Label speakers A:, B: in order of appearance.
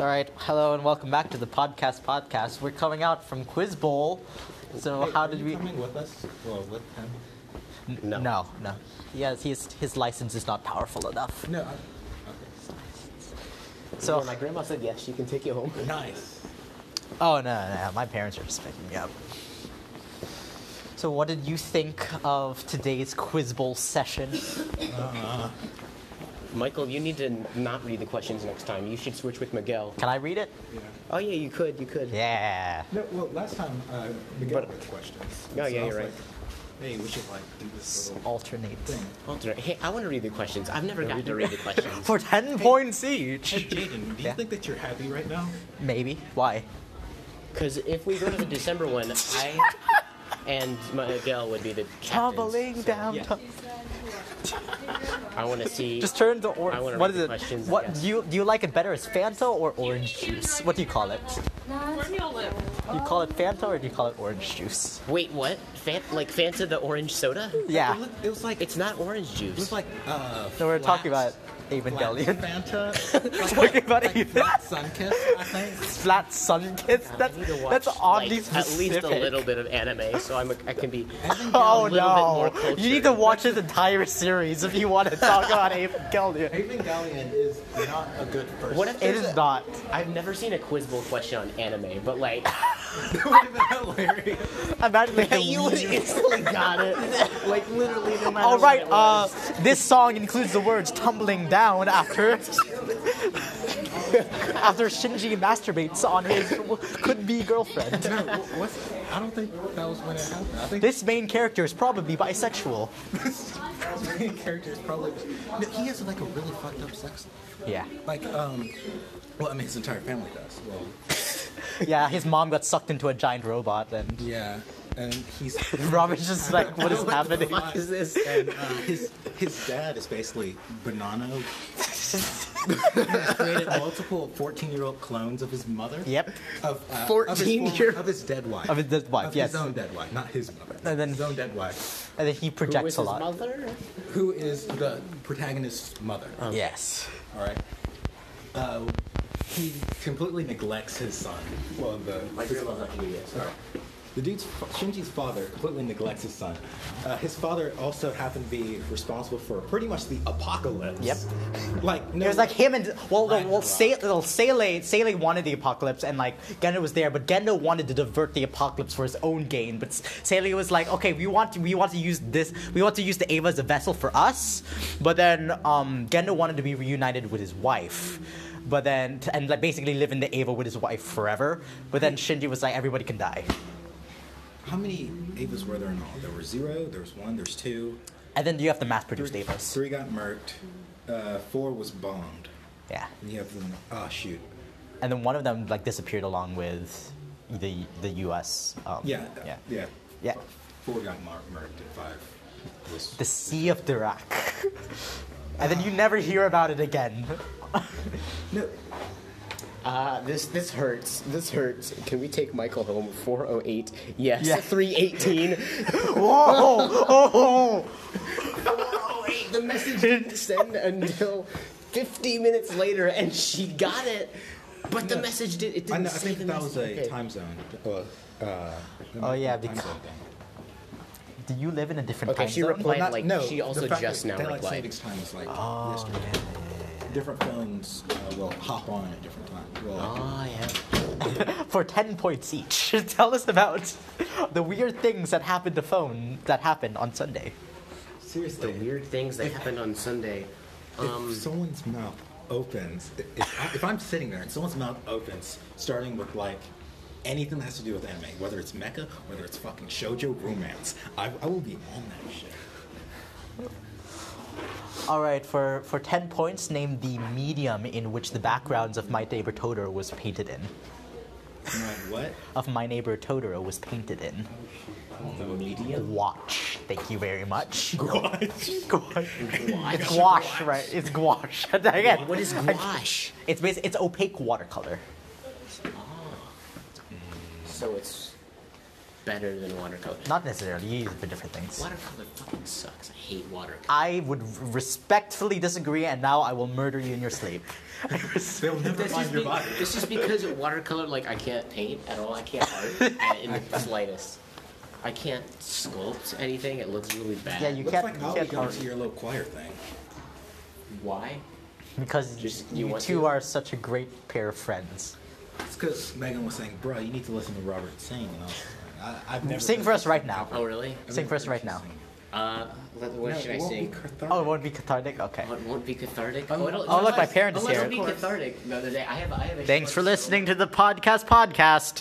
A: All right, hello and welcome back to the podcast. Podcast. We're coming out from Quiz Bowl. So
B: Wait,
A: how
B: are
A: did
B: you
A: we?
B: coming with us? Well, with him?
A: N-
C: No.
A: no, no. Yes, his his license is not powerful enough.
B: No. I-
A: So
C: Yeah, my grandma said yes, you can take you home.
B: Okay. Nice.
A: oh no, no, no, my parents are just picking me up. So what did you think of today's Quiz Bowl session?
C: Michael, you need to n- not read the questions next time. You should switch with Miguel.
A: Can I read it?
B: Yeah.
C: Oh yeah, you could, you could.
A: Yeah.
B: No, well, last time uh, we got
C: But-
B: with questions.
A: Oh,
C: yeah,
B: So I
C: you're
B: was
C: right.
B: like, Hey, we should like do this little
A: Alternates.
B: thing.
C: Alternate. Hey, I want to read the questions. I've never gotten to read the questions.
A: For ten points each.
B: Hey, Jaden, do you
A: Yeah.
B: think that you're happy right now?
A: Maybe. Why?
C: Because if we go to the December one, I and Miguel would be the
A: Tumbling
C: captains.
A: down.
B: yeah.
A: tum-
C: I want to see.
A: Just turn to
C: I
A: orange.
C: wanna
A: What
C: read
A: is
C: the
A: it?
C: questions, I
A: What
C: guess.
A: do you do you like it better as Fanta or orange juice? What do you call it?
D: Where do y'all live?
A: You call it Fanta or do you call it orange juice?
C: Wait, what? Fan- like Fanta the orange soda?
A: Yeah.
B: It looked- It was like
C: It's not orange
B: It was
C: juice.
B: like uh.
A: No, we're talking about
B: flat- flat
A: Evangelion.
B: Fanta. like,
A: Talking about
B: like
A: Evangelion.
B: flat sunkiss, I think.
A: Flat sun kiss. That's
C: I need to watch,
A: that's oddly
C: like, at least a
A: specific.
C: little bit of anime, so I'm a, I can be.
A: Oh
C: a little
A: no!
C: bit more
A: You need
C: cultured.
A: to watch this entire series if you want to talk about Evangelion.
B: Evangelion is not a good person.
C: What if
A: It
C: there's
A: is
C: a-
A: not.
C: I've never seen a quiz bowl question on anime, but like
B: that would have been hilarious.
A: Imagine like,
C: you would
A: the
C: instantly got it. Like literally, no matter.
A: All
C: what
A: right.
C: it
A: Uh,
C: was.
A: this song includes the words "tumbling down" after after Shinji masturbates on his could-be girlfriend.
B: No, wh- what's, I don't think that was when it happened. I think
A: This main character is probably bisexual.
B: the main character is probably. No, he has like a really fucked up sex life.
A: Yeah.
B: Like, um, well, I mean, his entire family does. Well,
A: Yeah, his mom got sucked into a giant robot, and
B: yeah, and he's.
A: Robin's just like, what is happening?
C: fuck is this?
B: And uh, his his dad is basically Bonanno. He's created multiple 14 year old clones of his mother.
A: Yep.
B: Of, uh, of his,
C: 14
B: former-
C: year-
B: Of his dead wife.
A: Of his dead wife,
B: Of
A: yes.
B: His own dead wife, not his mother.
A: And then-
B: his own dead wife.
A: And then he
C: Who was
A: projects a
C: his
A: lot.
C: mother?
B: Who is the protagonist's mother.
A: Yes.
B: All right. Uh, he completely neglects his son. Well, the his father. Yes. All right. The dude's fa- Shinji's father completely neglects his son. Uh, his father also happened to be responsible for pretty much the apocalypse.
A: Yep.
B: like no.
A: It was like him and well, well, well
B: Ragnarok.
A: Sa- well, Sele, Sele wanted the apocalypse, and like Gendo was there, but Gendo wanted to divert the apocalypse for his own gain. But S- Sele was like, okay, we want to, we want to use this, we want to use the Ava as a vessel for us. But then um, Gendo wanted to be reunited with his wife. But then, and like basically live in the Ava with his wife forever. But then Shinji was like, everybody can die.
B: How many Avas were there in all? There were zero. There was one. There's two.
A: And then you have to mass produce the Avas.
B: Three got murked. Uh, four was bombed.
A: Yeah.
B: And you have the oh shoot.
A: And then one of them like disappeared along with the the U.S. Um,
B: Yeah.
A: Yeah.
B: Yeah.
A: Yeah.
B: Four got mur- murked and five. was-
A: The Sea of Dirac. and then you never hear about it again.
B: No,
C: Uh, this this hurts. This hurts. Can we take Michael home? 408. Yes.
A: Yeah.
C: 318.
A: Whoa! Oh!
C: 408. The message didn't send until 50 minutes later, and she got it. But the message did. It
B: I,
C: didn't.
B: know, I
C: save
B: think
C: the
B: that was a
C: message. Okay.
B: time zone. Uh, uh,
A: Oh, yeah,
B: time
A: because-
B: zone thing.
A: Do you live in a different
C: Okay,
A: time
C: she
A: zone?
C: replied
B: Not-
C: like
B: no,
C: she also
B: the fact
C: just
B: that Oh.
C: now
B: daylight
C: replied.
B: savings time is like yesterday. Different phones uh, will hop on at different times. Well,
C: Oh yeah.
A: For 10 points each. Tell us about the weird things that happened to phone that happened on Sunday.
C: The
B: seriously,
C: weird things that happened on Sunday.
B: if someone's mouth opens, if, I, if I'm sitting there and someone's mouth opens, starting with like anything that has to do with anime, whether it's mecha, whether it's fucking shoujo romance, I, I will be on that shit.
A: Alright, for, for 10 points, name the medium in which the backgrounds of My Neighbor Totoro was painted in.
B: I'm like, what?
A: Of My Neighbor Totoro was painted in. Watch. Thank you very much.
B: What?
A: Gouache. It's gouache, right? It's gouache. Again,
C: What is gouache?
A: It's basically, it's
C: Mm.
A: opaque watercolor.
C: So it's better than watercolor.
A: Not necessarily. You use it for different things.
C: Watercolor fucking sucks. I hate watercolor.
A: I would respectfully disagree, and now I will murder you in your sleep. I res-
B: They'll never
C: This is,
B: find your
C: be-
B: body.
C: this is because watercolor, like, I can't paint at all. I can't art at- in the slightest. I can't sculpt anything. It looks really bad.
A: yeah, you
B: Looks
A: can't.
B: like
A: you
B: Ollie
A: can't
B: going
A: hurt
B: to your little choir thing.
C: Why?
A: because
C: Just-
A: you,
C: you want
A: two
C: to?
A: are such a great pair of friends.
B: It's because Megan was saying, "Bro, you need to listen to Robert sing." And I was like, I, I've never
A: Sing for us right now.
C: Oh, really?
B: I've
A: Sing
B: never
A: for us
B: heard
A: right
B: you
A: now.
B: sing.
C: Uh, let- what
B: No,
C: should
B: it
C: I
B: won't be
C: sing?
B: cathartic.
A: Oh, it won't be cathartic. Okay.
C: Oh, it won't be cathartic.
B: Oh,
C: it'll-
A: oh, look, my parent is
C: oh,
A: here.
C: It'll be cathartic the other day. I have, I have a
A: Thanks for
C: short story.
A: listening to the podcast. Podcast.